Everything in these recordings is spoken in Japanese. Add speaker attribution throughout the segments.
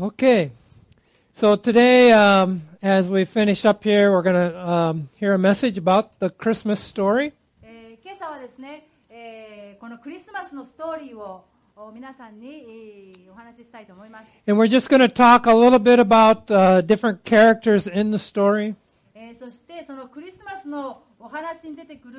Speaker 1: Okay. So today, um, as we finish up here, we're going to um, hear a message about the Christmas story.
Speaker 2: えー今朝はですね、えーこのクリスマスのストーリーをお皆さんに、えーお話ししたいと思います、
Speaker 1: And we're just going to talk a little bit about uh, different characters in the story.
Speaker 2: えーそしてそのクリスマスのお話に出てくる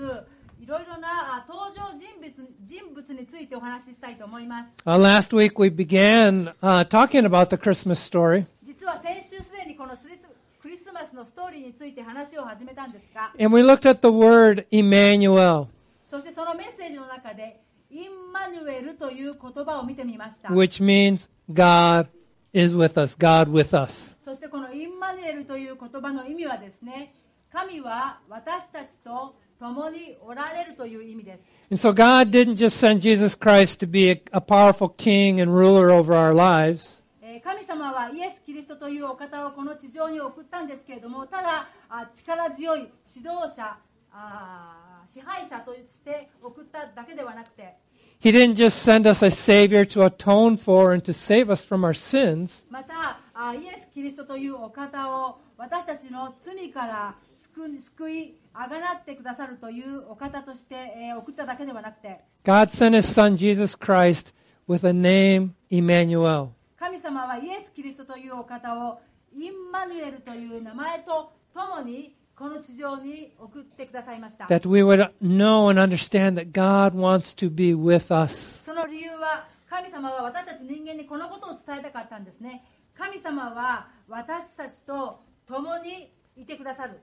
Speaker 2: いろいろなあ登場人物人物についてお話ししたいと思います
Speaker 1: Uh, last week we began uh, talking about the Christmas story,
Speaker 2: 実は先週すでにこのスリスクリスマスのストーリーについて話を始めたんですが
Speaker 1: and we looked at the word Emmanuel,
Speaker 2: そしてそのメッセージの中でインマヌエルという言葉を見てみました
Speaker 1: which means God is with us, God with us.
Speaker 2: そしてこのインマヌエルという言葉の意味はですね神は私たちと共におられるという意味です
Speaker 1: And so God didn't just send Jesus Christ to be a, a powerful king and ruler over our lives,
Speaker 2: えー神様はイエス・キリストというお方をこの地上に送ったんですけれどもただあ力強い指導者あー支配者として送っただけではなくて
Speaker 1: He didn't just send us a Savior to atone for and to save us from our sins,
Speaker 2: またあイエス・キリストというお方を私たちの罪から救救いあがなってくださるというお方として、えー送っただけではなくて
Speaker 1: God sent His Son Jesus Christ with a name, Emmanuel.
Speaker 2: 神様はイエス・キリストというお方をインマヌエルという名前とともにこの地上に送ってくださいました
Speaker 1: that we would know and understand that God wants to be with us.
Speaker 2: その理由は神様は私たち人間にこのことを伝えたかったんですね神様は私たちと共にいてくださる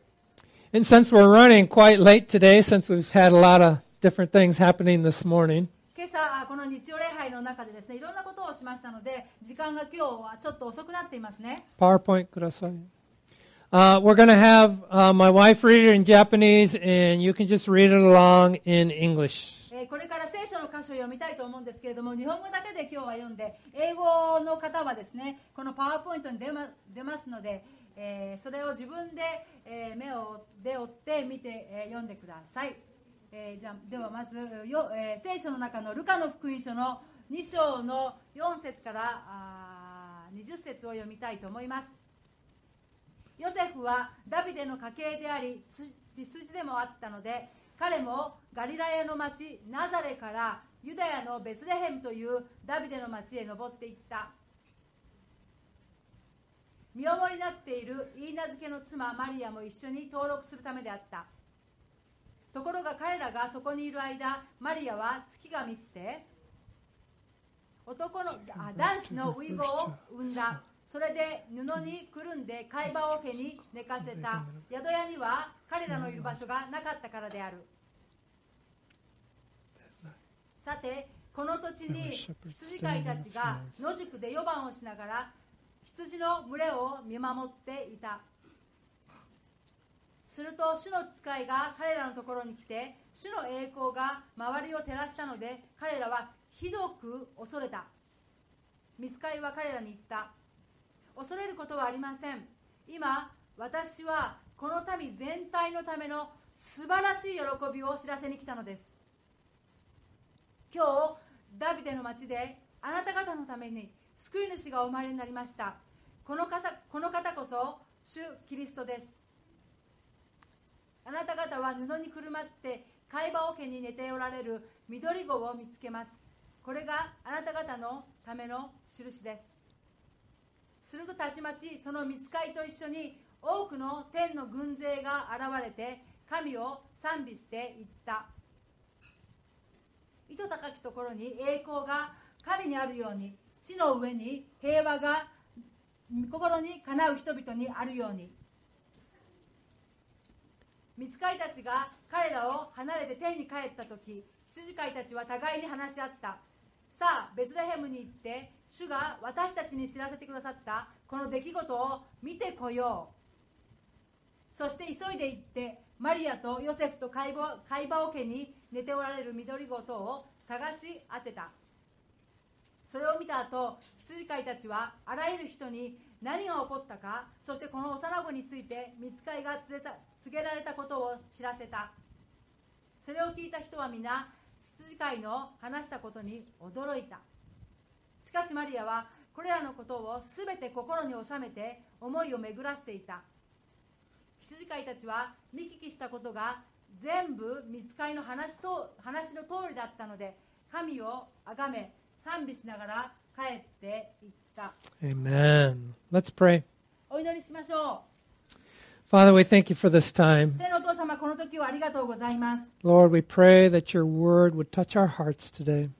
Speaker 1: And since we're running quite late today, since we've had a lot of different things happening this morning,
Speaker 2: 今朝あこの日曜礼拝の中でですねいろんなことをしましたので時間が今日はちょっと遅くなっていますね
Speaker 1: PowerPoint, kudasai. Uh, we're going to have uh, my wife read it in Japanese, and you can just read it along in English.
Speaker 2: えーこれから聖書の箇所を読みたいと思うんですけれども日本語だけで今日は読んで英語の方はですねこのパワーポイントに出ま出ますので、えーそれを自分で、えー目をで追って見て、えー読んでください、えーじゃあではまずよ、えー聖書の中のルカの福音書の2章の4節からあー20節を読みたいと思いますヨセフはダビデの家系でありつ血筋でもあったので彼もガリラヤの町ナザレからユダヤのベツレヘムというダビデの町へ登っていった身重になっているイーナ漬けの妻マリアも一緒に登録するためであったところが彼らがそこにいる間マリアは月が満ちて男のあ男子の遺語を産んだそれで布にくるんで貝羽桶に寝かせた宿屋には彼らのいる場所がなかったからであるさてこの土地に羊飼いたちが野宿で夜番をしながら羊の群れを見守っていたすると主の使いが彼らのところに来て主の栄光が周りを照らしたので彼らはひどく恐れた見つかりは彼らに言った恐れることはありません今私はこの民全体のための素晴らしい喜びを知らせに来たのです今日ダビデの町であなた方のために救い主がお生まれになりましたこのかさこの方こそ主キリストですあなた方は布にくるまって貝羽桶に寝ておられる緑子を見つけますこれがあなた方のための印ですするとたちまちその見つかいと一緒に多くの天の軍勢が現れて神を賛美していった糸高きところに栄光が神にあるように地の上に平和が心にかなう人々にあるように見つかりたちが彼らを離れて天に帰った時羊飼いたちは互いに話し合ったさあベツレヘムに行って主が私たちに知らせてくださったこの出来事を見てこようそして急いで行ってマリアとヨセフと貝羽貝羽桶に寝ておられる緑ごとを探し当てたそれを見た後羊飼いたちはあらゆる人に何が起こったかそしてこの幼子について見つかいが連れさ告げられたことを知らせたそれを聞いた人は皆羊飼いの話したことに驚いたしかしマリアはこれらのことをすべて心に収めて思いを巡らしていた羊飼いたちは見聞きしたことが全部見つかりの話と話の通りだったので神を崇め賛美しながら帰っていった
Speaker 1: Amen. Let's pray.
Speaker 2: お祈りしましょ
Speaker 1: Father, we thank you for this
Speaker 2: う
Speaker 1: time.
Speaker 2: 天のお父様この時はありがとうございます
Speaker 1: Lord, we pray that your word would touch our hearts today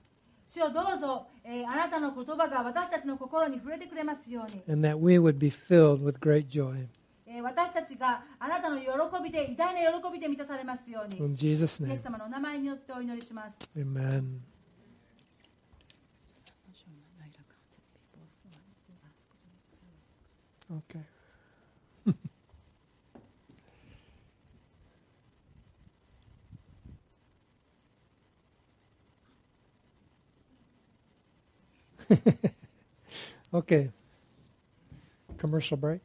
Speaker 2: 主よどうぞ、えーあなたの言葉が私たちの心に触れてくれますように、
Speaker 1: and that we would be filled with great joy.
Speaker 2: えー私たちがあなたの喜びで偉大な喜びで満たされますように、
Speaker 1: In Jesus'
Speaker 2: イエ
Speaker 1: name,
Speaker 2: ス様のお名前によってお祈りします
Speaker 1: amen. Okay. okay. Commercial break.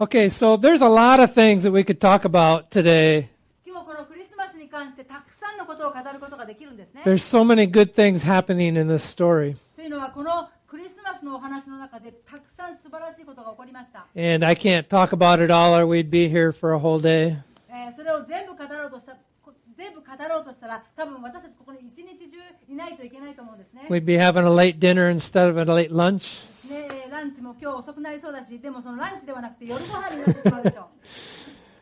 Speaker 1: Okay, so there's a lot of things that we could talk about today.
Speaker 2: 今日このクリスマスに関してたくさんのことを語ることができるんですね
Speaker 1: There's so many good things happening in this story.
Speaker 2: というのはこのクリスマスのお話の中でたくさん素晴らしいことが起こりました、
Speaker 1: And I can't talk about it all or we'd be here for a whole day.
Speaker 2: えーそれを全部語ろうとしたこ全部語ろうとしたら多分私たちここに一日中いないといけないと思うんですね
Speaker 1: We'd be having a late dinner instead of a late lunch.
Speaker 2: ねえーランチも今日遅くなりそうだしでもそのランチではなくて夜ご飯になってしまうでしょ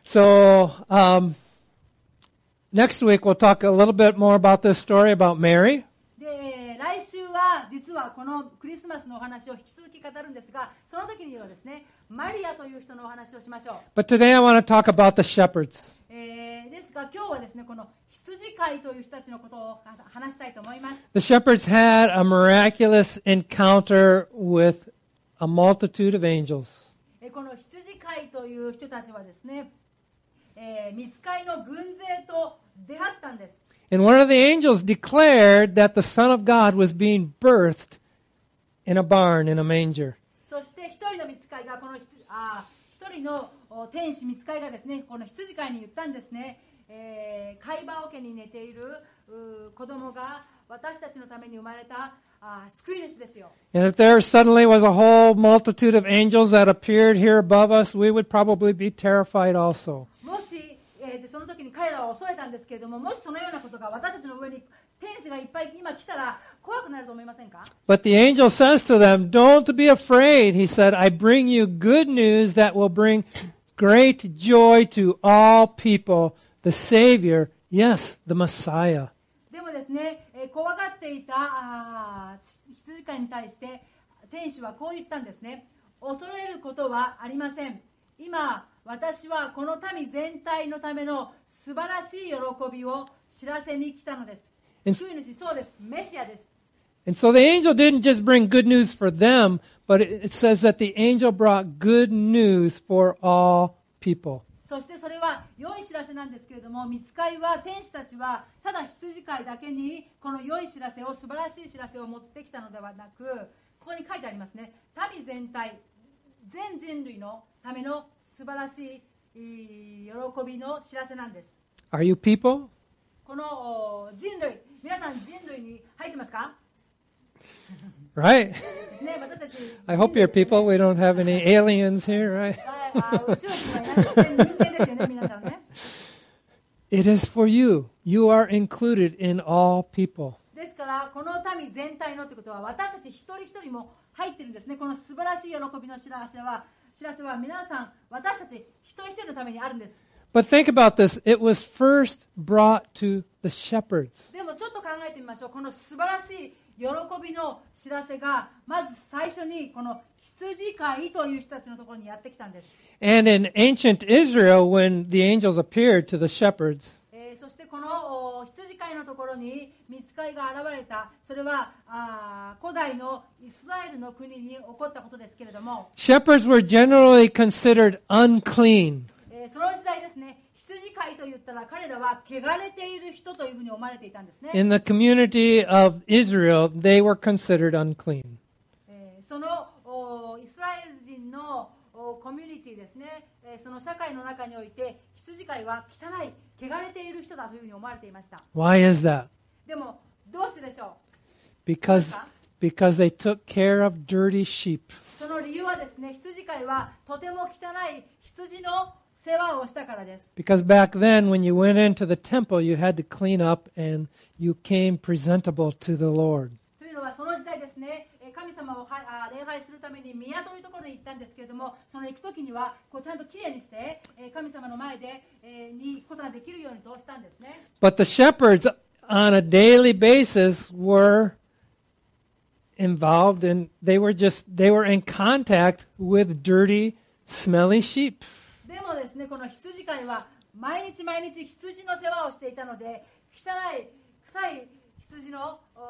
Speaker 1: So, um, next week we'll talk a little bit more about this story about Mary.
Speaker 2: で、えー来週は実はこのクリスマスのお話を引き続き語るんですがその時にはですねマリアという人のお話をしましょう
Speaker 1: But today I want to talk about the shepherds.
Speaker 2: えーですが今日はですねこの羊飼いという人たちのことをは話したいと思います
Speaker 1: The shepherds had a miraculous encounter with a multitude of angels.
Speaker 2: えーこの羊飼いという人たちはですね、えー、見つかりの軍勢と出会ったんです
Speaker 1: And one of the angels declared that the Son of God was being birthed in a barn, in a manger.
Speaker 2: そして一人の見つかりがこの羊あー一人のお天使見つかりがですねこの羊飼いに言ったんですね、えー、貝羽桶に寝ているうー子供が私たちのために生まれたあー救い主ですよ
Speaker 1: And if there suddenly was a whole multitude of angels that appeared here above us, we would probably be terrified also.
Speaker 2: もし、えーでその時に彼らは恐れたんですけれどももしそのようなことが私たちの上に天使がいっぱい今来たら怖くなると思いませんか
Speaker 1: But the angel says to them, Don't be afraid. He said, I bring you good news that will bring great joy to all people. The Savior, yes, the Messiah.
Speaker 2: でもですね、えー怖がっていたあー羊飼いに対して天使はこう言ったんですね恐れることはありません今私はこの民全体のための素晴らしい喜びを知らせに来たのです
Speaker 1: え
Speaker 2: 救い主そうですメシアです
Speaker 1: And so the angel didn't just bring good news for them, but it it says that the angel brought good news for all people.
Speaker 2: そしてそれは良い知らせなんですけれども見つかいは天使たちはただ羊飼いだけにこの良い知らせを素晴らしい知らせを持ってきたのではなくここに書いてありますね民全体全人類のための素晴らしいえー喜びの知らせなんです
Speaker 1: Are you people?
Speaker 2: このお人類皆さん人類に入ってますか
Speaker 1: Right?
Speaker 2: ですね私たち
Speaker 1: I hope you're people. We don't have any aliens here, right?
Speaker 2: ああ宇宙人はいない全然人間ですよね皆さんね
Speaker 1: It is for you. You are included in all people.
Speaker 2: ですからこの民全体のってことは私たち一人一人も入ってるんですねこの素晴らしい喜びの知らせは知らせは皆さん私たち一人一人のためにあるんです
Speaker 1: But think about this. It was first brought to the shepherds.
Speaker 2: でもちょっと考えてみましょうこの素晴らしい喜びの知らせがまず最初にこの羊飼いという人たちのところにやってきたんです、
Speaker 1: And in ancient Israel, when the angels appeared to the shepherds,
Speaker 2: えーそしてこのお羊飼いのところに見つかりが現れたそれはあー古代のイスラエルの国に起こったことですけれども
Speaker 1: shepherds were generally considered unclean.
Speaker 2: えーその時代ですね羊飼いと言ったら彼らは汚れている人というふうに思われていたんですね、
Speaker 1: In the community of Israel, they were considered unclean.
Speaker 2: えーそのおイスラエル人のおコミュニティですね、えーその社会の中において羊飼いは汚い汚れている人だというふうに思われていました
Speaker 1: Why is that?
Speaker 2: でもどうしてでしょ
Speaker 1: Because because they took care of dirty sheep.
Speaker 2: その理由はですね、羊飼いはとても汚い羊の世話をしたからです。
Speaker 1: Because back then, when you went into the temple, you had to clean up and you came presentable to the Lord.
Speaker 2: というのはその時代ですね、えー神様をはあー礼拝するために宮というところに行ったんですけれども、その行く時にはこうちゃんときれいにして、えー神様の前で、えーに行くことができるようにとしたんですね。
Speaker 1: But the shepherds, on a daily basis, were involved and they were just, they were in contact with dirty, smelly sheep.
Speaker 2: でもですね、この羊飼いは毎日毎日羊の世話をしていたので、汚い、臭い羊のおー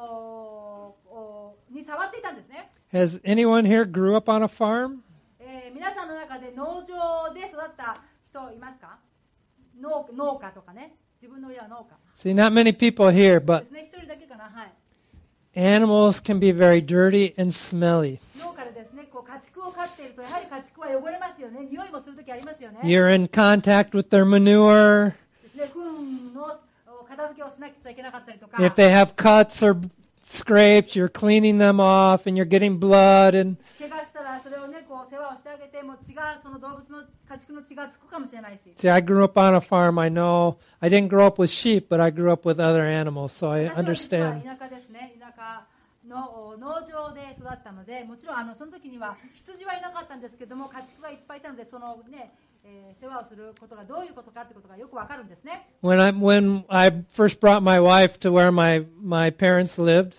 Speaker 2: おーに触っていたんですね。
Speaker 1: Has anyone here grew up on a farm?
Speaker 2: えー皆さんの中で農場で育った人いますか農農家とかね自分の親は農
Speaker 1: See, not many people here,
Speaker 2: 家
Speaker 1: but
Speaker 2: ですね一人だけかなはい
Speaker 1: animals can be very dirty and smelly.
Speaker 2: 農家でですねこう家畜を飼っているとやはり家畜は汚れますよね匂いもするときありますよね
Speaker 1: You're in contact with their manure.
Speaker 2: ですね糞のお片付けをしなくちゃいけなかったりとか
Speaker 1: If they have cuts or scrapes, you're cleaning them off and you're getting blood and
Speaker 2: 怪我したらそれをねこう世話をしてあげてもう血がその動物の家畜の血がつくかもしれないし
Speaker 1: See, I grew up on a farm. I know I didn't grow up with sheep, but I grew up with other animals, so I
Speaker 2: 私は実は
Speaker 1: understand.
Speaker 2: 田舎ですね田舎のお農場で育ったのでもちろんあのその時には羊はいなかったんですけども家畜がいっぱいいたのでそのね、えー世話をすることがどういうことかってことがよくわかるんですね
Speaker 1: When I when I first brought my wife to where my my parents lived,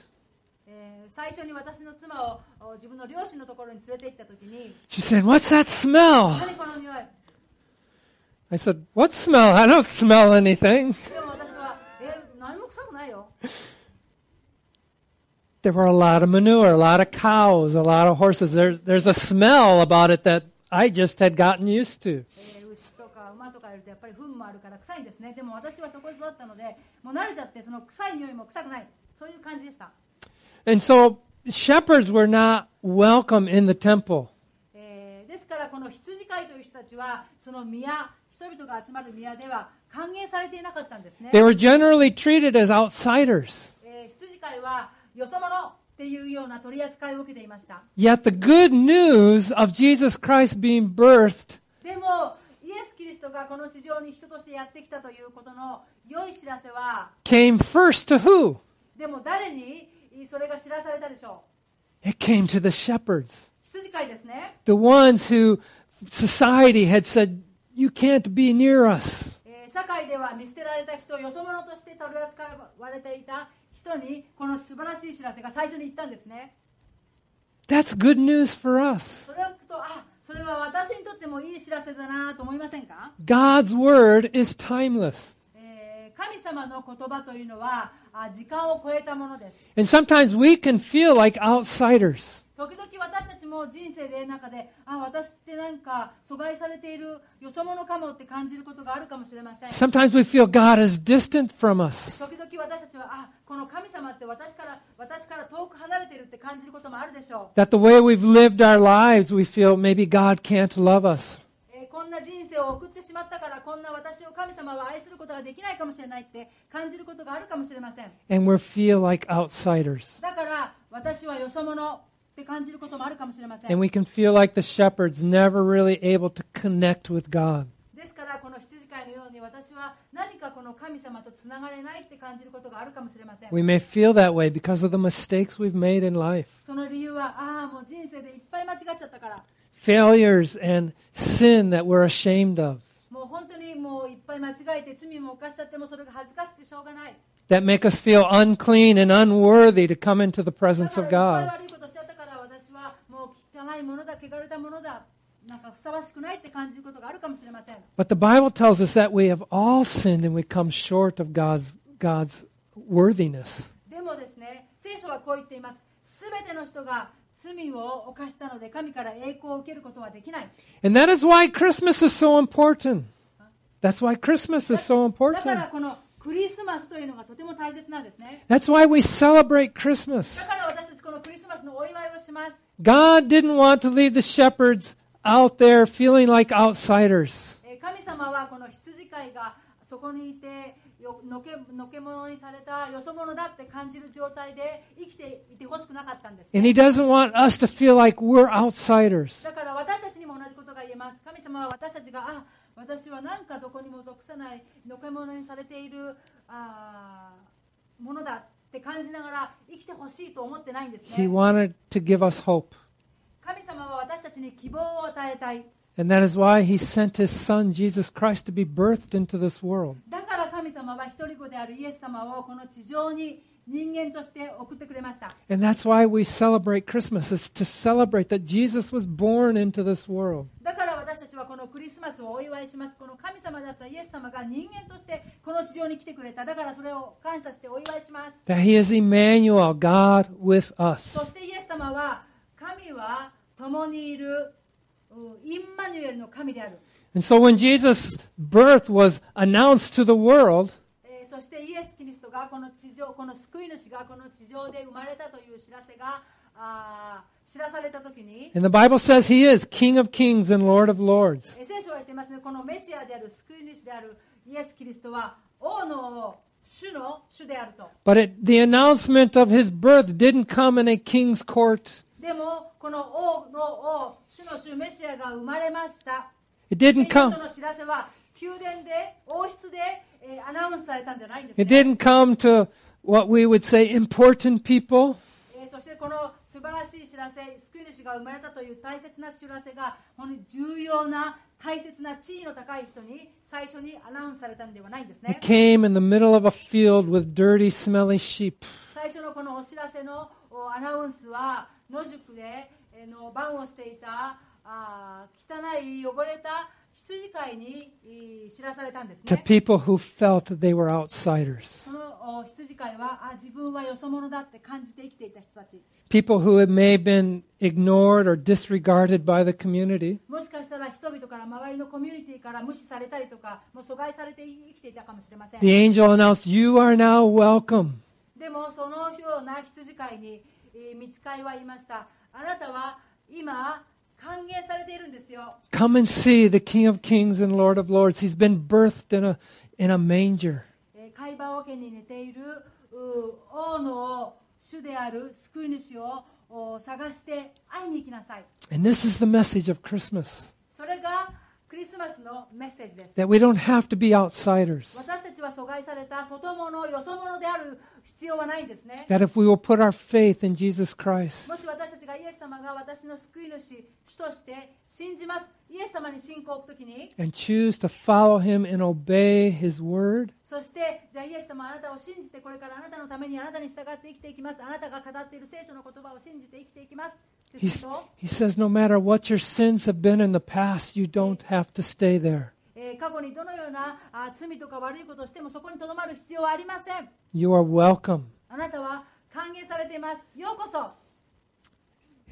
Speaker 2: えー最初に私の妻をお自分の両親のところに連れて行った時に
Speaker 1: she said, "What's that
Speaker 2: 「
Speaker 1: smell?"
Speaker 2: 何この匂い?」
Speaker 1: I said, "What smell? I don't smell anything."
Speaker 2: でも私は「えー何も臭くないよ
Speaker 1: There were a lot of manure, a lot of cows, a lot of horses. There's there's a smell about it that I just had gotten used to."
Speaker 2: えー牛とか馬とかいるとやっぱり糞もあるから臭いんですねでも私はそこで育ったのでもう慣れちゃってその臭い匂いも臭くないそういう感じでした
Speaker 1: And so shepherds were not welcome in the temple.
Speaker 2: えーですからこの羊飼いという人たちはその宮人々が集まる宮では歓迎されていなかったんですね、
Speaker 1: They were generally treated as outsiders.
Speaker 2: えー羊飼いはよそ者っていうような取り扱いを受けていました
Speaker 1: Yet the good news of Jesus Christ being birthed
Speaker 2: でもイエス・キリストがこの地上に人としてやってきたということの良い知らせは
Speaker 1: came first to who?
Speaker 2: でも誰にそれが知らされたでしょ
Speaker 1: It came to the shepherds,
Speaker 2: う羊飼いですね、
Speaker 1: the ones who society had said, You can't be near us.
Speaker 2: えー社会では見捨てられた人よそ者として取り扱われていた人にこの素晴らしい知らせが最初に言ったんですね
Speaker 1: That's good news for us.
Speaker 2: それを聞くとあそれは私にとってもいい知らせだなと思いませんか、
Speaker 1: God's word is timeless.
Speaker 2: えー神様の言葉というのはあ時間を超えたものです
Speaker 1: And sometimes we can feel like outsiders.
Speaker 2: 時々私たちも人生で中であ私ってなんか阻害されているよそ者かもって感じることがあるかもしれません
Speaker 1: Sometimes we feel God is distant from us.
Speaker 2: 時々私たちはあこの神様って私から私から遠く離れているって感じることもあるでしょう
Speaker 1: That the way we've lived our lives, we feel maybe God can't love us.
Speaker 2: えーこんな人生を送ってしまったからこんな私を神様は愛することができないかもしれないって感じることがあるかもしれません
Speaker 1: And we feel like outsiders.
Speaker 2: だから私はよそ者って感じることもあるかもしれませ
Speaker 1: And
Speaker 2: ん
Speaker 1: we can feel like the shepherds, never really able to connect with God.
Speaker 2: ですからこの羊飼いのように私は何かこの神様とつながれないって感じることがあるかもしれません
Speaker 1: We may feel that way because of the mistakes we've made in life,
Speaker 2: その理由はああもう人生でいっぱい間違っちゃったから
Speaker 1: failures and sin that we're ashamed of,
Speaker 2: もう本当にもういっぱい間違えて罪も犯しちゃってもそれが恥ずかしくてしょうがない
Speaker 1: that make us feel unclean and unworthy to come into the
Speaker 2: だ
Speaker 1: presence
Speaker 2: か
Speaker 1: of
Speaker 2: らいっぱい
Speaker 1: God.
Speaker 2: 悪いことしちゃったから私はもう汚いものだ汚れたものだなんかふさわしくないって感じることがあるかもしれません
Speaker 1: But the Bible tells us that we have all sinned and we come short of God's, God's worthiness.
Speaker 2: でもですね聖書はこう言っていますすべての人が罪を犯したので神から栄光を受けることはできない
Speaker 1: And that is why Christmas is so important. That's why Christmas is so
Speaker 2: だか
Speaker 1: important.
Speaker 2: らこのクリスマスというのがとても大切なんですね
Speaker 1: That's why we celebrate Christmas.
Speaker 2: だから私たちこのクリスマスのお祝いをします
Speaker 1: God didn't want to leave the shepherds out there feeling like outsiders.
Speaker 2: えー神様はこの羊飼いがそこにいてよのけのけ者にされたよそ者だって感じる状態で生きていてほしくなかったんです
Speaker 1: And he doesn't want us to feel like we're outsiders.
Speaker 2: だから私たちにも同じことが言えます神様は私たちがあ私は何かどこにも属さないのけ者にされているあーものだって感じながら生きてほしいと思ってないんです
Speaker 1: He
Speaker 2: ね
Speaker 1: wanted to give us hope.
Speaker 2: 神様は私たちに希望を与えたい
Speaker 1: And that is why he sent his son, Jesus Christ, to be birthed into this world.
Speaker 2: だから神様は一人子であるイエス様をこの地上に人間として送ってくれました
Speaker 1: And that's why we celebrate Christmas. It's to celebrate that Jesus was born into this world.
Speaker 2: だから私たちはこのクリスマスをお祝いしますこの神様だったイエス様が人間としてこの地上に来てくれただからそれを感謝してお祝いします
Speaker 1: That he is Emmanuel, God with
Speaker 2: そ
Speaker 1: us.
Speaker 2: してイエス様は神は共にいるうんインマニュエルの神である、
Speaker 1: And so when Jesus' birth was announced to the world,
Speaker 2: えーそしてイエス・キリストがこの地上この救い主がこの地上で生まれたという知らせがあー知らされた時に
Speaker 1: and the Bible says he is King of kings and Lord of lords.
Speaker 2: えー聖書は言ってますねこのメシアである救い主であるイエス・キリストは王の王主の主であると
Speaker 1: But it, the announcement of his birth didn't come in a king's court.
Speaker 2: でもこの王の王主の主メシアが生まれました
Speaker 1: It
Speaker 2: キリ
Speaker 1: didn't
Speaker 2: スト
Speaker 1: come.
Speaker 2: の知らせは宮殿で王室で、えーアナウンスされたんじゃないんです、ね
Speaker 1: It didn't come to what we would say important people.
Speaker 2: えーそしてこの素晴らしい知らせ、救い主が生まれたという大切な知らせが、本当に重要な、大切な地位の高い人に最初にアナウンスされたんではないんです
Speaker 1: It
Speaker 2: ね。
Speaker 1: came in the middle of a field with dirty, smelly sheep.
Speaker 2: 最初のこのお知らせのおアナウンスは、野宿で、えーの番をしていたあー汚い、汚れた羊飼いに、えー知らされたんです
Speaker 1: to
Speaker 2: ね。
Speaker 1: people who felt that they were outsiders,
Speaker 2: そのお羊飼いはあ、自分はよそ者だって感じて生きていた人たち。
Speaker 1: people who had may have been ignored or disregarded by the community.
Speaker 2: もしかしたら人々から周りのコミュニティから無視されたりとかもう阻害されて生きていたかもしれません
Speaker 1: The angel announced, You are now welcome.
Speaker 2: でもそのような羊飼いにえー見つかいは言いましたあなたは今歓迎されているんですよ
Speaker 1: Come and see the King of Kings and Lord of Lords. He's been birthed in a, in a manger.
Speaker 2: えー貝羽桶に寝ているうー王の王主である救い主をお探して会いに行きなさい
Speaker 1: And this is the message of Christmas
Speaker 2: それがクリスマスのメッセージです
Speaker 1: that we don't have to be outsiders.
Speaker 2: 私たちは阻害された外物よそ者である必要はないんですね
Speaker 1: That if we will put our faith in Jesus Christ,
Speaker 2: もし私たちがイエス様が私の救い主主として信じますイエス様に信仰を置くときに
Speaker 1: and choose to follow him and obey his word,
Speaker 2: そしてじゃあイエス様あなたを信じてこれからあなたのためにあなたに従って生きていきますあなたが語っている聖書の言葉を信じて生きていきますって
Speaker 1: he,
Speaker 2: すると、
Speaker 1: he says, No matter what your sins have been in the past, you don't have to stay there.
Speaker 2: えー過去にどのようなあ罪とか悪いことをしてもそこにとどまる必要はありません
Speaker 1: You are welcome.
Speaker 2: あなたは歓迎されていますようこそ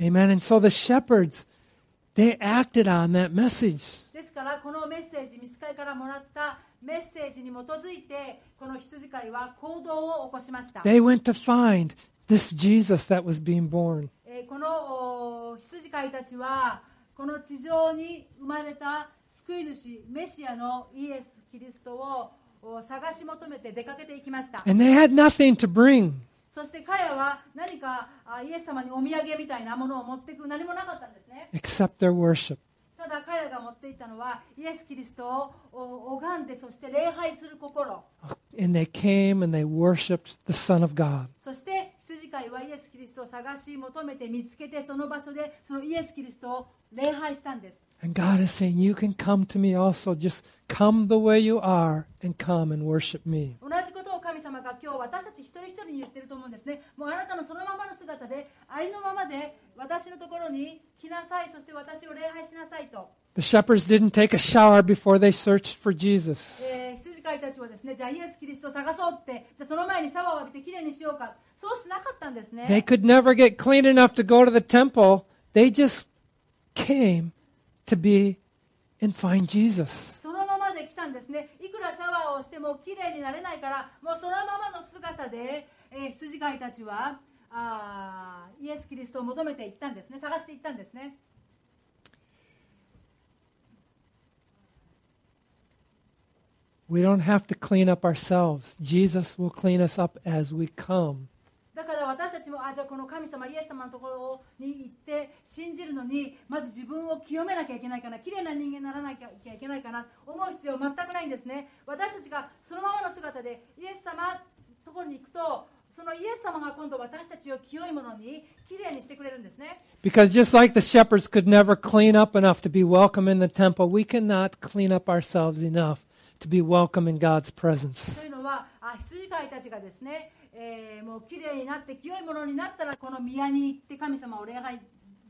Speaker 1: Amen. And so the shepherds, they acted on that message.
Speaker 2: ですからこのメッセージ見つかりからもらったメッセージに基づいてこの羊飼いは行動を起こしました
Speaker 1: They went to find this Jesus that was being born.
Speaker 2: えーこのお羊飼いたちはこの地上に生まれた救い主メシアのイエス・キリストをお探し求めて出かけていきました、
Speaker 1: And they had nothing to bring.
Speaker 2: そして彼らは何かあイエス様にお土産みたいなものを持っていく何もなかったんですね
Speaker 1: Except their worship.
Speaker 2: ただ彼らが持っていったのはイエス・キリストをお拝んでそして礼拝する心
Speaker 1: And they came and they worshiped the Son of God.
Speaker 2: そして羊飼いはイエス・キリストを探し求めて見つけてその場所でそのイエス・キリストを礼拝したんです
Speaker 1: And God is saying, You can come to me also. Just come the way you are and come and worship me.
Speaker 2: 同じことを神様が今日私たち一人一人に言ってると思うんですねもうあなたのそのままの姿でありのままで私のところに来なさいそして私を礼拝しなさいと、
Speaker 1: The shepherds didn't take a shower before they searched for Jesus.
Speaker 2: えー羊飼いたちはですねじゃあイエス・キリストを探そうってじゃあその前にシャワーを浴びてきれいにしようかそうしなかったんです
Speaker 1: They
Speaker 2: ね
Speaker 1: could never get clean enough to go to the temple. They just came to be and find Jesus.
Speaker 2: そのままで来たんですねいくらシャワーをしてもきれいになれないからもうそのままの姿で、えー羊飼いたちはあーイエス・キリストを求めていったんですね探していったんですね
Speaker 1: We don't have to clean up ourselves. Jesus will clean us up as we come.
Speaker 2: だから私たちもあじゃあこの神様イエス様のところに行って信じるのにまず自分を清めなきゃいけないかな綺麗な人間にならなきゃいけないかな思う必要は全くないんですね私たちがそのままの姿でイエス様のところに行くとそのイエス様が今度私たちを清いものに綺麗にしてくれるんですね
Speaker 1: Because just like the shepherds could never clean up enough to be welcome in the temple, we cannot clean up ourselves enough to be welcome in God's presence.
Speaker 2: というのはあ羊飼いたちがですね、えーもう綺麗になって清いものになったらこの宮に行って神様を礼拝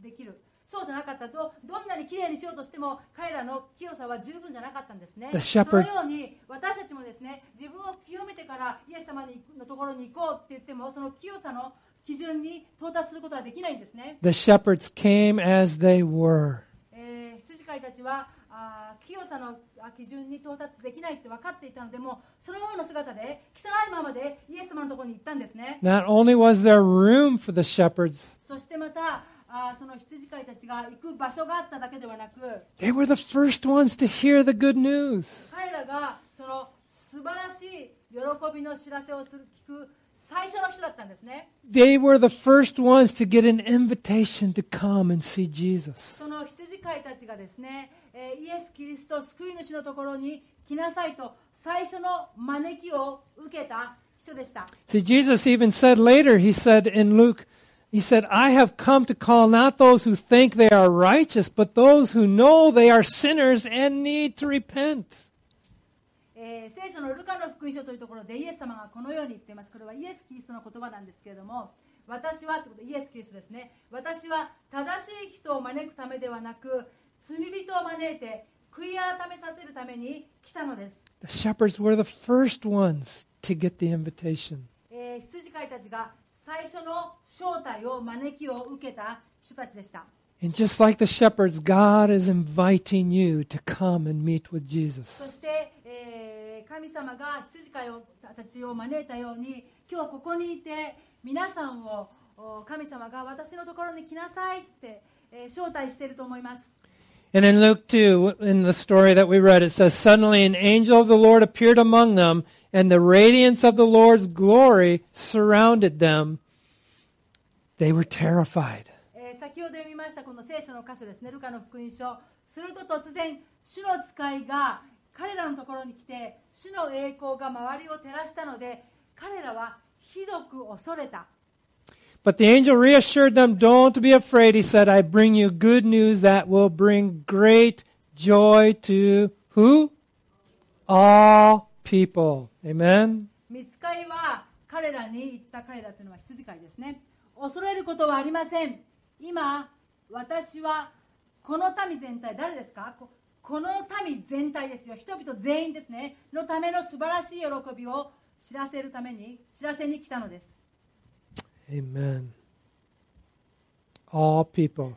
Speaker 2: できるそうじゃなかったとどんなに綺麗にしようとしても彼らの清さは十分じゃなかったんですね
Speaker 1: The
Speaker 2: そ
Speaker 1: shepherd-
Speaker 2: のように私たちもですね自分を清めてからイエス様にのところに行こうって言ってもその清さの基準に到達することはできないんですね、
Speaker 1: The shepherds came as they were.
Speaker 2: えー、羊飼いたちはあー清さのあ基準に到達できないって分かっていたのでもそのままの姿で汚いままでイエス様のところに行ったんですね
Speaker 1: Not only was there room for the shepherds,
Speaker 2: そしてまたあーその羊飼いたちが行く場所があっただけではなく
Speaker 1: they were the first ones to hear the good news.
Speaker 2: 彼らがその素晴らしい喜びの知らせをする聞く最初の人だったんですね
Speaker 1: They were the first ones to get an invitation to come and see Jesus.
Speaker 2: その羊飼いたちがですね、えーイエス・キリスト救い主のところに来なさいと最初の招きを受けた人でした
Speaker 1: See, Jesus even said later, he said in Luke, he said, I have come to call not those who think they are righteous, but those who know they are sinners and need to repent.
Speaker 2: えー聖書のルカの福音書というところでイエス様がこのように言っていますこれはイエス・キリストの言葉なんですけれども私はということでイエス・キリストですね私は正しい人を招くためではなく罪人を招いて悔い改めさせるために来たのです、
Speaker 1: The shepherds were the first ones to get the invitation.
Speaker 2: えー羊飼いたちが最初の招待を招きを受けた人たちでした
Speaker 1: And just like the shepherds, God is inviting you to come and meet with
Speaker 2: そ
Speaker 1: Jesus.
Speaker 2: して、えー神様が羊飼いをたちを招いたように今日ここにいて皆さんをお神様が私のところに来なさいって、えー招待していると思います
Speaker 1: And in Luke 2, in the story that we read, it says, Suddenly an angel of the Lord appeared among them, and the radiance of the Lord's glory surrounded them. They were terrified.
Speaker 2: えー先ほど読みましたこの聖書の箇所ですねルカの福音書すると突然主の使いが彼らのところに来て主の栄光が周りを照らしたので彼らはひどく恐れた
Speaker 1: But the angel reassured them, Don't be afraid. He said, I bring you good news that will bring great joy to who? All people. Amen.
Speaker 2: 見つかいは彼らに言った彼らというのは羊飼いですね恐れることはありません今私はこの民全体誰ですかここの民全体ですよ人々全員ですねのための素晴らしい喜びを知らせるために知らせに来たのです
Speaker 1: Amen. All people.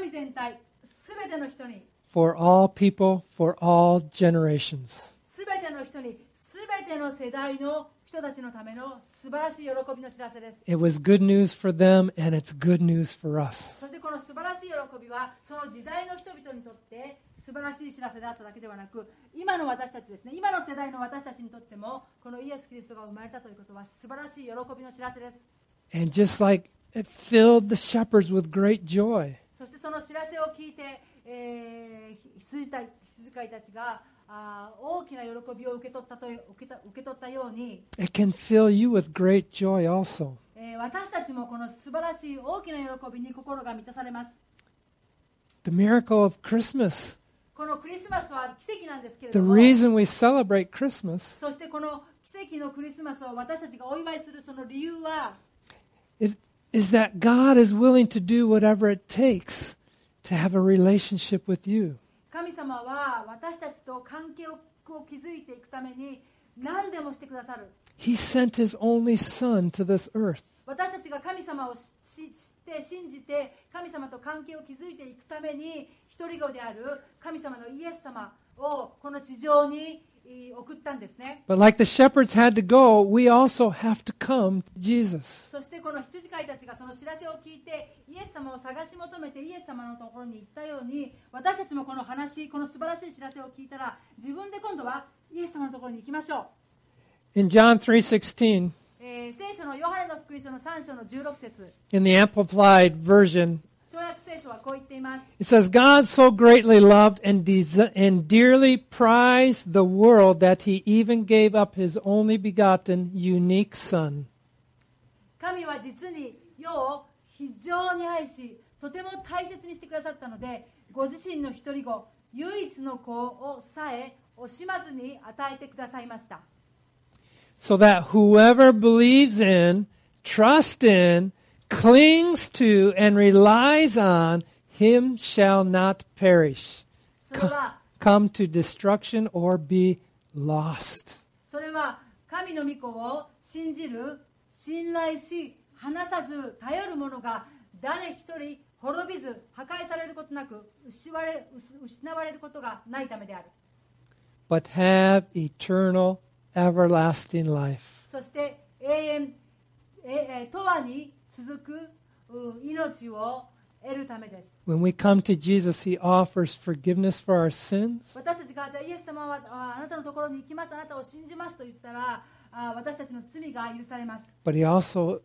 Speaker 2: 民全体すべての人に
Speaker 1: For all people, for all generations.
Speaker 2: すべての人にすべての世代の人たちのための素晴らしい喜びの知らせです
Speaker 1: It was good news for them, and it's good news for us.
Speaker 2: そしてこの素晴らしい喜びはその時代の人々にとって素晴らしい知らせだっただけではなく今の私たちですね今の世代の私たちにとってもこのイエス・キリストが生まれたということは素晴らしい喜びの知らせです
Speaker 1: And just like it filled the shepherds with great joy,
Speaker 2: そしてその知らせを聞いて、えー、羊た羊飼いたちがあー大きな喜びを受け取ったと受けた受け取ったように、
Speaker 1: it can fill you with great joy also.
Speaker 2: えー私たちもこの素晴らしい大きな喜びに心が満たされます
Speaker 1: The miracle of Christmas,
Speaker 2: このクリスマスは奇跡なんですけれ
Speaker 1: the
Speaker 2: ども
Speaker 1: reason we celebrate Christmas,
Speaker 2: そしてこの奇跡のクリスマスを私たちがお祝いするその理由は
Speaker 1: it, is that God is willing to do whatever it takes to have a relationship with you.
Speaker 2: 神様は私たちと関係を築いていくために何でもしてくださる
Speaker 1: He sent his only son to this earth.
Speaker 2: 私たちが神様をしし知って信じて神様と関係を築いていくために一人子である神様のイエス様をこの地上にい送ったんですね
Speaker 1: But like the shepherds had to go, we also have to come to Jesus.
Speaker 2: そしてこの羊飼いたちがその知らせを聞いてイエス様を探し求めてイエス様のところに行ったように私たちもこの話この素晴らしい知らせを聞いたら自分で今度はイエス様のところに行きましょう
Speaker 1: In John 3:16,
Speaker 2: えー聖書のヨハネの福音書の3章の16節
Speaker 1: in the amplified version,
Speaker 2: 跳躍聖書はこう言っています
Speaker 1: it says God so greatly loved and desi- and dearly prized the world that he even gave up his only begotten unique son.
Speaker 2: 神は実に世を非常に愛しとても大切にしてくださったのでご自身の一人子唯一の子をさえ惜しまずに与えてくださいました
Speaker 1: so that whoever believes in, trusts in, clings to, and relies on him shall not perish,
Speaker 2: それは
Speaker 1: come to destruction, or be lost.
Speaker 2: それは神の御子を信じる信頼し離さず頼る者が誰一人滅びず破壊されることなく失われ失われることがないためである
Speaker 1: But have eternal, everlasting life.
Speaker 2: そして永遠、ええ永遠に続くう命を得るためです。
Speaker 1: When we come to Jesus, he offers forgiveness for our sins,
Speaker 2: 私たちがじゃあイエス様はああなたのところに行きます、あなたを信じますと言ったら、あ私たちの罪が許されます。
Speaker 1: but he also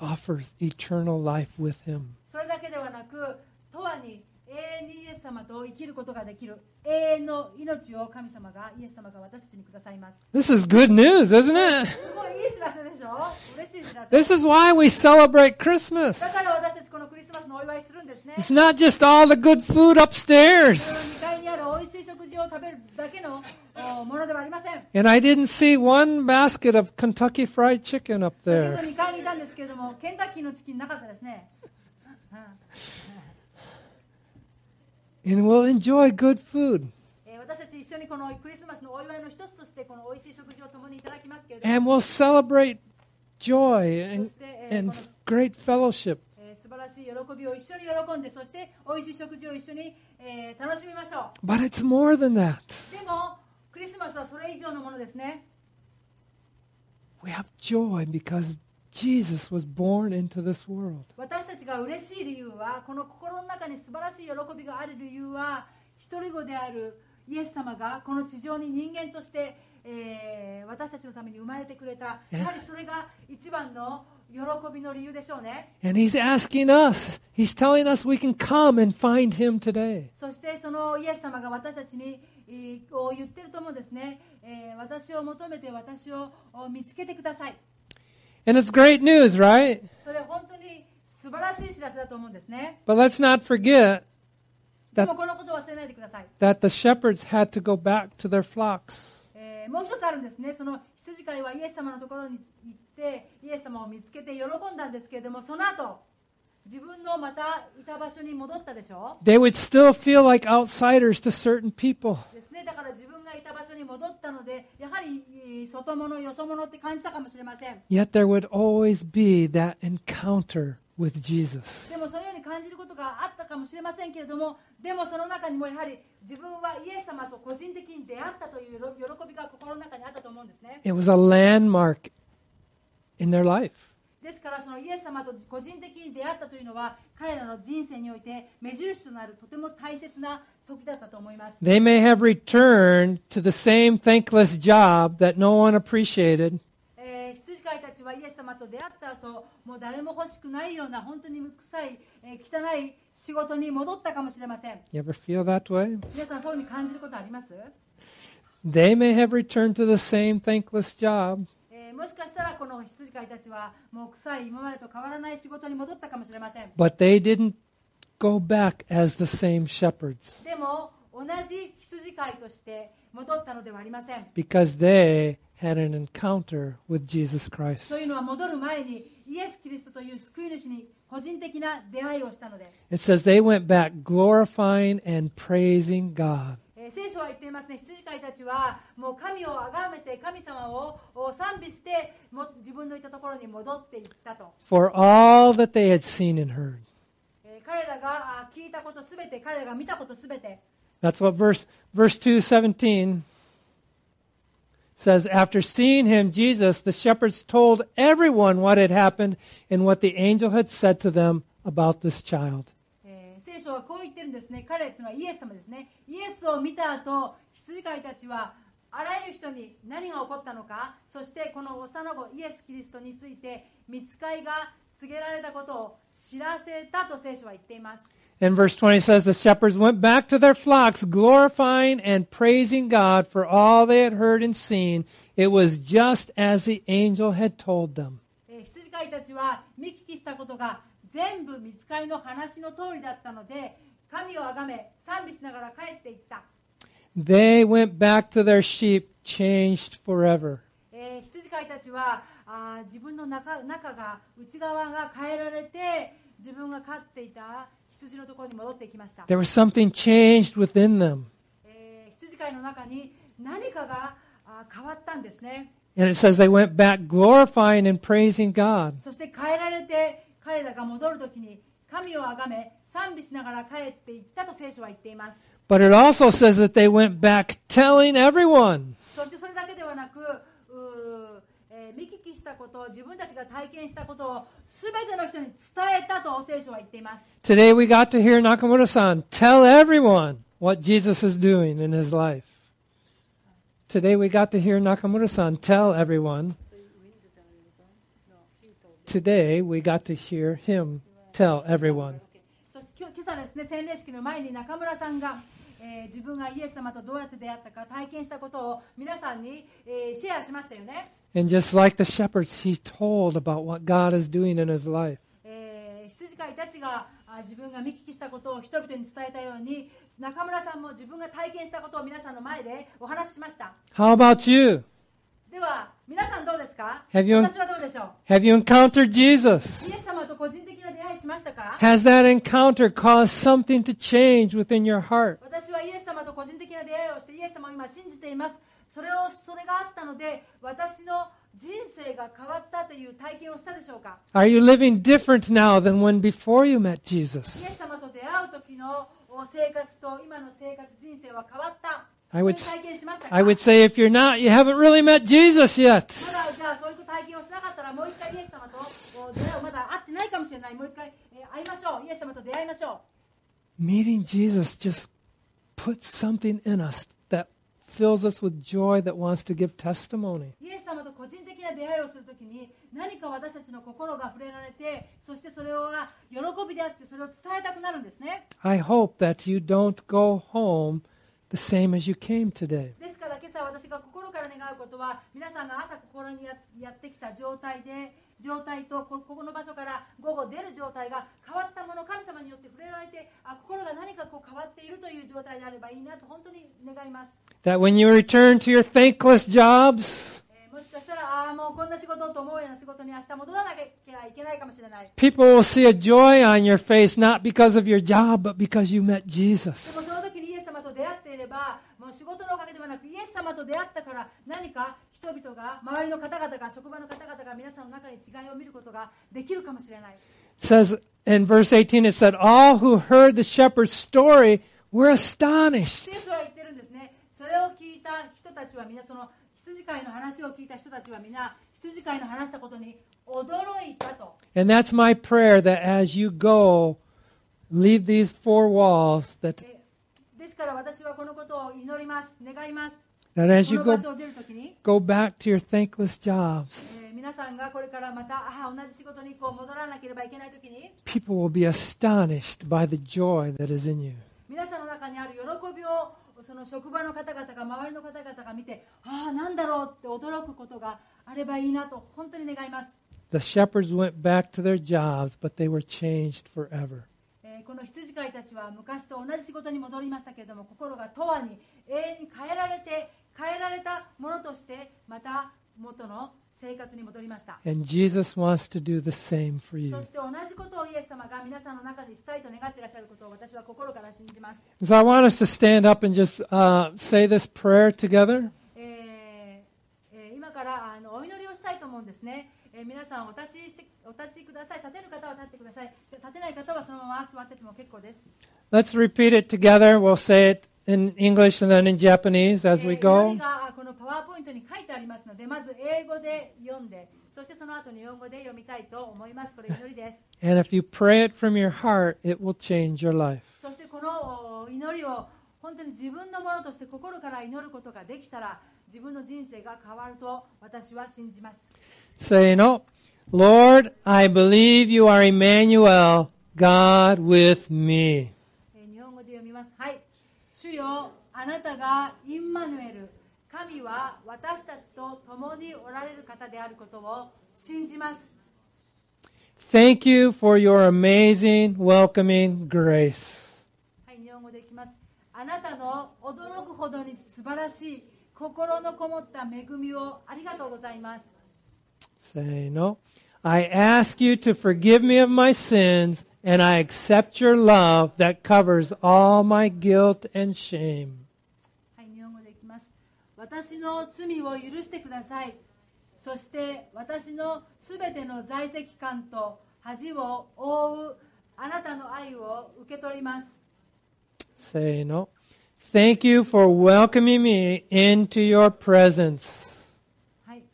Speaker 1: offers eternal life with him.
Speaker 2: それだけではなく、永遠に永遠にイエス様と生きることができる永遠の命を神様がイエス様が私たちにくださいます。
Speaker 1: This is good news, isn't it?
Speaker 2: すごいいい知らせでしょ嬉しい知らせ。
Speaker 1: This is why we celebrate Christmas.
Speaker 2: だから私たちこのクリスマスのお祝いするんですね。
Speaker 1: It's not just all the good food upstairs.
Speaker 2: 2階にある美味しい食事を食べるだけのおものではありません。
Speaker 1: And I didn't see one basket of Kentucky Fried Chicken up
Speaker 2: 先ほど
Speaker 1: there.
Speaker 2: 2階にいたんですけれども、ケンタッキーのチキンなかったですね。うん
Speaker 1: And we'll enjoy good food.
Speaker 2: えー私たち一緒にこのクリスマスのお祝いの一つとして、この美味しい食事を共にいただきますけれど
Speaker 1: And
Speaker 2: も、
Speaker 1: we'll celebrate joy and, and great fellowship.
Speaker 2: えー素晴らしい喜びを一緒に喜んで、そして美味しい食事を一緒に、えー楽しみましょ
Speaker 1: But it's more than that.
Speaker 2: う。でも、クリスマスはそれ以上のものですね。
Speaker 1: We have joy because Jesus was born into this world.
Speaker 2: 私たちが嬉しい理由は、この心の中に素晴らしい喜びがある理由は、一人子であるイエス様がこの地上に人間として、えー私たちのために生まれてくれた、
Speaker 1: え
Speaker 2: やはりそれが一番の喜びの理由でしょうね。
Speaker 1: And he's asking us, he's telling us we can come and find him today.
Speaker 2: そしてそのイエス様が私たちに、えーこう言ってると思うんですね、えー私を求めて私をお見つけてください。
Speaker 1: And it's great news, right?
Speaker 2: それ本当に素晴らしい知らせだと思うんですね。
Speaker 1: But let's not forget
Speaker 2: で
Speaker 1: that
Speaker 2: もこのことを忘れないでください。
Speaker 1: that the shepherds had to go back to their flocks.
Speaker 2: えーもう一つあるんですね、その羊飼いはイエス様のところに行って、イエス様を見つけて喜んだんですけれども、その後自分のまたいた場所に戻ったでしょ
Speaker 1: They would still feel like outsiders to certain people.
Speaker 2: ですね、だから自分がいた場所に戻ったので、やはりえー外物、よそ者って感じたかもしれません。
Speaker 1: Yet there would always be that encounter with Jesus.
Speaker 2: でもそのように感じることがあったかもしれませんけれども、でもその中にもやはり自分はイエス様と個人的に出会ったという喜びが心の中にあったと思うんですね。
Speaker 1: It was a landmark in their life.
Speaker 2: ですからそのイエス様と個人的に出会ったというのは彼らの人生において目印となるとても大切な時だったと思います
Speaker 1: They may have returned to the same thankless job that no one appreciated,
Speaker 2: えー羊飼いたちはイエス様と出会った後もう誰も欲しくないような本当に臭い、えー汚い仕事に戻ったかもしれません
Speaker 1: you ever feel that way?
Speaker 2: 皆さんそういうふうに感じることあります、
Speaker 1: They may have returned to the same thankless job,
Speaker 2: えーもしかしたらこの羊飼いたちはもう臭い今までと変わらない仕事に戻ったかもしれません
Speaker 1: but they didn't go back as the same shepherds
Speaker 2: でも同じ羊飼いとして戻ったのではありません
Speaker 1: because they had an encounter with Jesus Christ.
Speaker 2: というのは戻る前にイエス・キリストという救い主に個人的な出会いをしたので、
Speaker 1: It says they went back glorifying and praising God.
Speaker 2: えー聖書は言っていますね羊飼いたちはもう神を崇めて神様をお賛美しても自分のいたところに戻っていったと、
Speaker 1: For all that they had seen and heard.
Speaker 2: えー彼らがあ聞いたことすべて彼らが見たことすべて、
Speaker 1: That's what verse verse 217 says, After seeing him, Jesus, the shepherds told everyone what had happened and what the angel had said to them about this child.
Speaker 2: えー聖書はこう言ってるんですね彼というのはイエス様ですねイエスを見た後羊飼いたちはあらゆる人に何が起こったのかそしてこの幼子イエス・キリストについて見つかいが告げられたことを知らせたと聖書は言っています
Speaker 1: And verse 20 says, The shepherds went back to their flocks, glorifying and praising God for all they had heard and seen. It was just as the angel had told them.
Speaker 2: えー羊飼いたちは見聞きしたことが全部見つかりの話の通りだったので神をあがめ賛美しながら帰っていった、
Speaker 1: They went back to their sheep, changed forever.
Speaker 2: えー羊飼いたちはあー自分の中中が内側が変えられて自分が飼っていた羊のところに戻ってきました、
Speaker 1: There was something changed within them.
Speaker 2: えー羊飼いの中に何かがあー変わったんですね
Speaker 1: And it says they went back glorifying and praising God.
Speaker 2: そして変えられて彼らが戻るときに神をあがめ賛美しながら帰っていったと聖書は言っています
Speaker 1: But it also says that they went back telling everyone.
Speaker 2: そしてそれだけではなく、うーえー見聞きしたこと、自分たちが体験したことをすべての人に伝えたと聖書は言っています。
Speaker 1: Today we got to hear Nakamura-san tell everyone what Jesus is doing in his life. Today we got to hear Nakamura-san tell everyone. Today we got to hear him tell everyone.
Speaker 2: そして今日今朝ですね、洗礼式の前に中村さんが、えー自分がイエス様とどうやって出会ったか体験したことを皆さんに、えーシェアしましたよね。
Speaker 1: And just like the shepherds, he told about what God is doing in his life.
Speaker 2: えー羊飼いたちがあ自分が見聞きしたことを人々に伝えたように中村さんも自分が体験したことを皆さんの前でお話ししました
Speaker 1: How about you?
Speaker 2: では皆さんどうですか
Speaker 1: Have you-
Speaker 2: 私はどうでしょう
Speaker 1: Have you encountered Jesus?
Speaker 2: イエス様と個人的な出会いしましたか
Speaker 1: Has that encounter caused something to change within your heart?
Speaker 2: 私はイエス様と個人的な出会いをしてイエス様を今信じていますそれをそれがあったので私の人生が変わったという体験をしたでしょうか
Speaker 1: Are you living different now than when before you met Jesus?
Speaker 2: イエス様と出会う時の生活と今の生活人生は変わったそ
Speaker 1: I
Speaker 2: ういう
Speaker 1: would,
Speaker 2: 体験しましたか
Speaker 1: I would say if you're not, you haven't really met Jesus yet.
Speaker 2: まだじゃあそういう体験をしなかったらもう一回イエス様と出会うまだ会ってないかもしれないもう一回えー会いましょうイエス様と出会いましょう
Speaker 1: Meeting Jesus just puts something in us that fills us with joy that wants to give testimony.
Speaker 2: イエス様と個人的な出会いをするときに何か私たちの心が触れられてそしてそれが喜びであってそれを伝えたくなるんですね
Speaker 1: I hope that you don't go home the same as you came today.
Speaker 2: ですから今朝私が心から願うことは皆さんが朝心にややってきた状態で状態とこここの場所から午後出る状態が変わったもの神様によって触れられてあ心が何かこう変わっているという状態であればいいなと本当に願います、
Speaker 1: That when you return to your thankless jobs,
Speaker 2: えーもしかしたらああもうこんな仕事と思うような仕事に明日戻らなきゃいけないかもしれない
Speaker 1: people will see a joy on your face, not because of your job, but because you met
Speaker 2: で
Speaker 1: Jesus.
Speaker 2: もその時にイエス様と出会っていればもう仕事のおかげではなくイエス様と出会ったから何か人々が周りの方々が職場の方々が皆さんの中に違いを見ることができるかもしれない
Speaker 1: It says in verse 18, it said, All who heard the shepherd's story were astonished.
Speaker 2: 聖書は言ってるんですねそれを聞いた人たちは皆その羊飼いの話を聞いた人たちは皆羊飼いの話したことに驚いたと
Speaker 1: And that's my prayer that as you go, leave these four walls, that,
Speaker 2: でですから私はこのことを祈ります願います
Speaker 1: that as
Speaker 2: こ
Speaker 1: you
Speaker 2: の場
Speaker 1: go,
Speaker 2: 所を出る時に
Speaker 1: go back to your thankless jobs,
Speaker 2: えー皆さんがこれからまたあー同じ仕事にこう戻らなければいけない時に
Speaker 1: people will be astonished by the joy that is in you.
Speaker 2: 皆さんの中にある喜びをその職場の方々が周りの方々が見てああなんだろうって驚くことがあればいいなと本当に願います、
Speaker 1: The shepherds went back to their jobs, but they were changed forever.
Speaker 2: えーこの羊飼いたちは昔と同じ仕事に戻りましたけれども心が永遠に永遠に変えられて変えられたものとしてまた元の生活に戻りました
Speaker 1: And Jesus wants to do the same for you.
Speaker 2: そして同じことをイエス様が皆さんの中でしたいと願っていらっしゃることを私は心から信じます、
Speaker 1: So I want us to stand up and just uh, say this prayer together.
Speaker 2: えーえー今からあのお祈りをしたいと思うんですね、えー皆さんお立ちしてお立ちください立てる方は立ってください立てない方はそのまま座ってても結構です、
Speaker 1: Let's repeat it together. We'll say it in English and then in Japanese
Speaker 2: え
Speaker 1: as
Speaker 2: ー
Speaker 1: we
Speaker 2: 祈り
Speaker 1: go.
Speaker 2: があこのパワーポイントに書いてありますのでまず英語で読んでそしてその後に日本語で読みたいと思いますこれ祈りです
Speaker 1: And if you pray it from your heart, it will change your life.
Speaker 2: そしてこのお祈りを本当に自分のものとして心から祈ることができたら自分の人生が変わると私は信じます
Speaker 1: Say, no, Lord, I believe you are Emmanuel, God with me.
Speaker 2: えー日本語で読みます。はい。主よ、あなたがインマヌエル、神は私たちと共におられる方であることを信じます。
Speaker 1: Thank you for your amazing, welcoming grace.
Speaker 2: はい、日本語でいきます。あなたの驚くほどに素晴らしい心のこもった恵みをありがとうございます。
Speaker 1: Say, no, I ask you to forgive me of my sins, and I accept your love that covers all my guilt and shame.
Speaker 2: はい、日本語でいきます。私の罪を許してください。そして私のすべての在籍感と恥を覆うあなたの愛を受け取ります。
Speaker 1: Say, no, thank you for welcoming me into your presence.
Speaker 2: はい、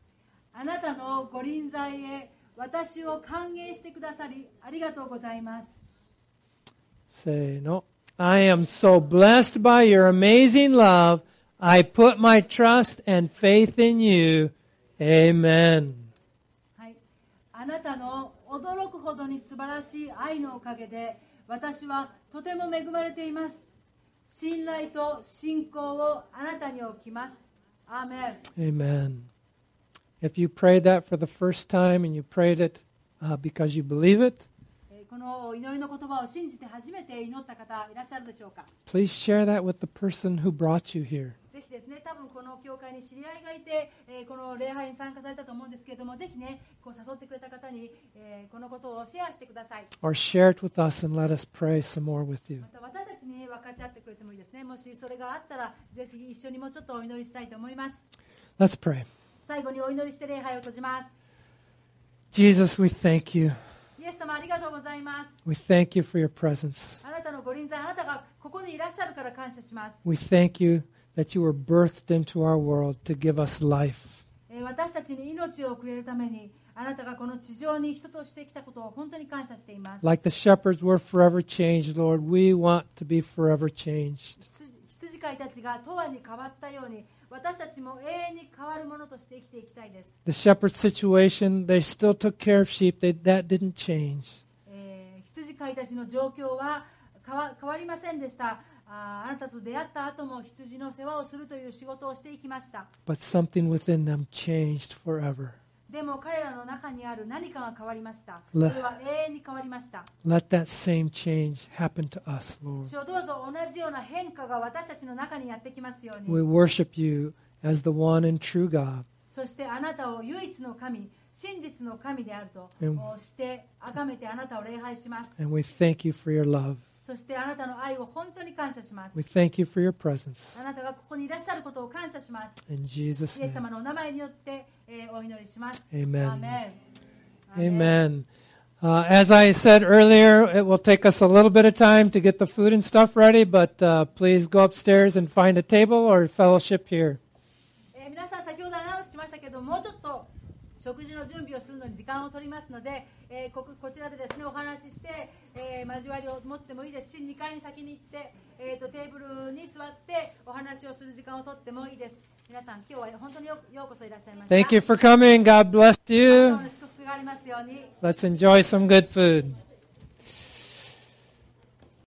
Speaker 2: あなたのご臨在へ私を歓迎してくださりありがとうございます
Speaker 1: Say, no. I am so blessed by your amazing love. I put my trust and faith in you. Amen.
Speaker 2: はい、あなたの驚くほどに素晴らしい愛のおかげで私はとても恵まれています信頼と信仰をあなたに置きますアーメン
Speaker 1: Amen. If you prayed that for the first time and you prayed it uh, because you believe it,
Speaker 2: えーこの祈りの言葉を信じて初めて祈った方いらっしゃるでしょうか
Speaker 1: please share that with the person who brought you here.
Speaker 2: ぜひですね、多分この教会に知り合いがいて、えーこの礼拝に参加されたと思うんですけれども、ぜひね、こう誘ってくれた方に、えーこのことをシェアしてください。
Speaker 1: Or share it with us and let us pray some more with you.
Speaker 2: また私たちに分かち合ってくれてもいいですね。もしそれがあったら、ぜひ一緒にもうちょっとお祈りしたいと思います。
Speaker 1: Let's pray.
Speaker 2: 最後にお祈りして礼拝を閉じます。
Speaker 1: Jesus, we thank you.
Speaker 2: イエス様ありがとうございます。
Speaker 1: We thank you for your presence.
Speaker 2: あなたのご臨在、あなたがここにいらっしゃるから感謝します。
Speaker 1: We thank you that you were birthed into our world to give us life.
Speaker 2: えー私たちに命をくれるために、あなたがこの地上に人としてきたことを本当に感謝しています。
Speaker 1: Like the shepherds were forever changed, Lord, we want to be forever changed.
Speaker 2: 羊羊飼いたちが永遠に変わったように私たちも永遠に変わるものとして生きていきたいです、
Speaker 1: The shepherd's situation, they still took care of sheep. They, that didn't change.
Speaker 2: えー羊飼いたちの状況は変わ変わりませんでしたあーあなたと出会った後も羊の世話をするという仕事をしていきました
Speaker 1: But something within them changed forever.
Speaker 2: でも彼らの中にある何かが変わりましたそれ
Speaker 1: ら
Speaker 2: は永遠に変わりました
Speaker 1: Let that same change happen to us, Lord.
Speaker 2: 主をどうぞ同じような変化が私たちの中にやってきますよう
Speaker 1: We
Speaker 2: に
Speaker 1: worship you as the one and true God.
Speaker 2: そしてあなたを唯一の神真実の神であると
Speaker 1: うん
Speaker 2: おして崇めてあなたを礼拝します
Speaker 1: And we thank you for your love.
Speaker 2: そしてあなたの愛を本当に感謝します
Speaker 1: We。thank you for your presence.
Speaker 2: あなたがここにいらっしゃることを感謝します。
Speaker 1: In Jesus'
Speaker 2: イエ
Speaker 1: name.
Speaker 2: ス様のお名前によって、えーお祈りします。
Speaker 1: Amen.
Speaker 2: アーメン
Speaker 1: Amen. Uh, as I said earlier, it will take us a little bit of time to get the food and stuff ready, but uh, please go upstairs and find a table or fellowship here.
Speaker 2: えー皆さん先ほどアナウンスしましたけど、もうちょっと食事の準備をするのに時間を取りますので、えーここちらでですねお話しして、えー交わりを持ってもいいですし、2階に先に行って、えーとテーブルに座ってお話をする時間を取ってもいいです。皆さん今日は本当によようこそいらっしゃいました。
Speaker 1: Thank you for coming. God bless
Speaker 2: 感謝の
Speaker 1: you.
Speaker 2: 祝福がありますように。
Speaker 1: Let's enjoy some good food.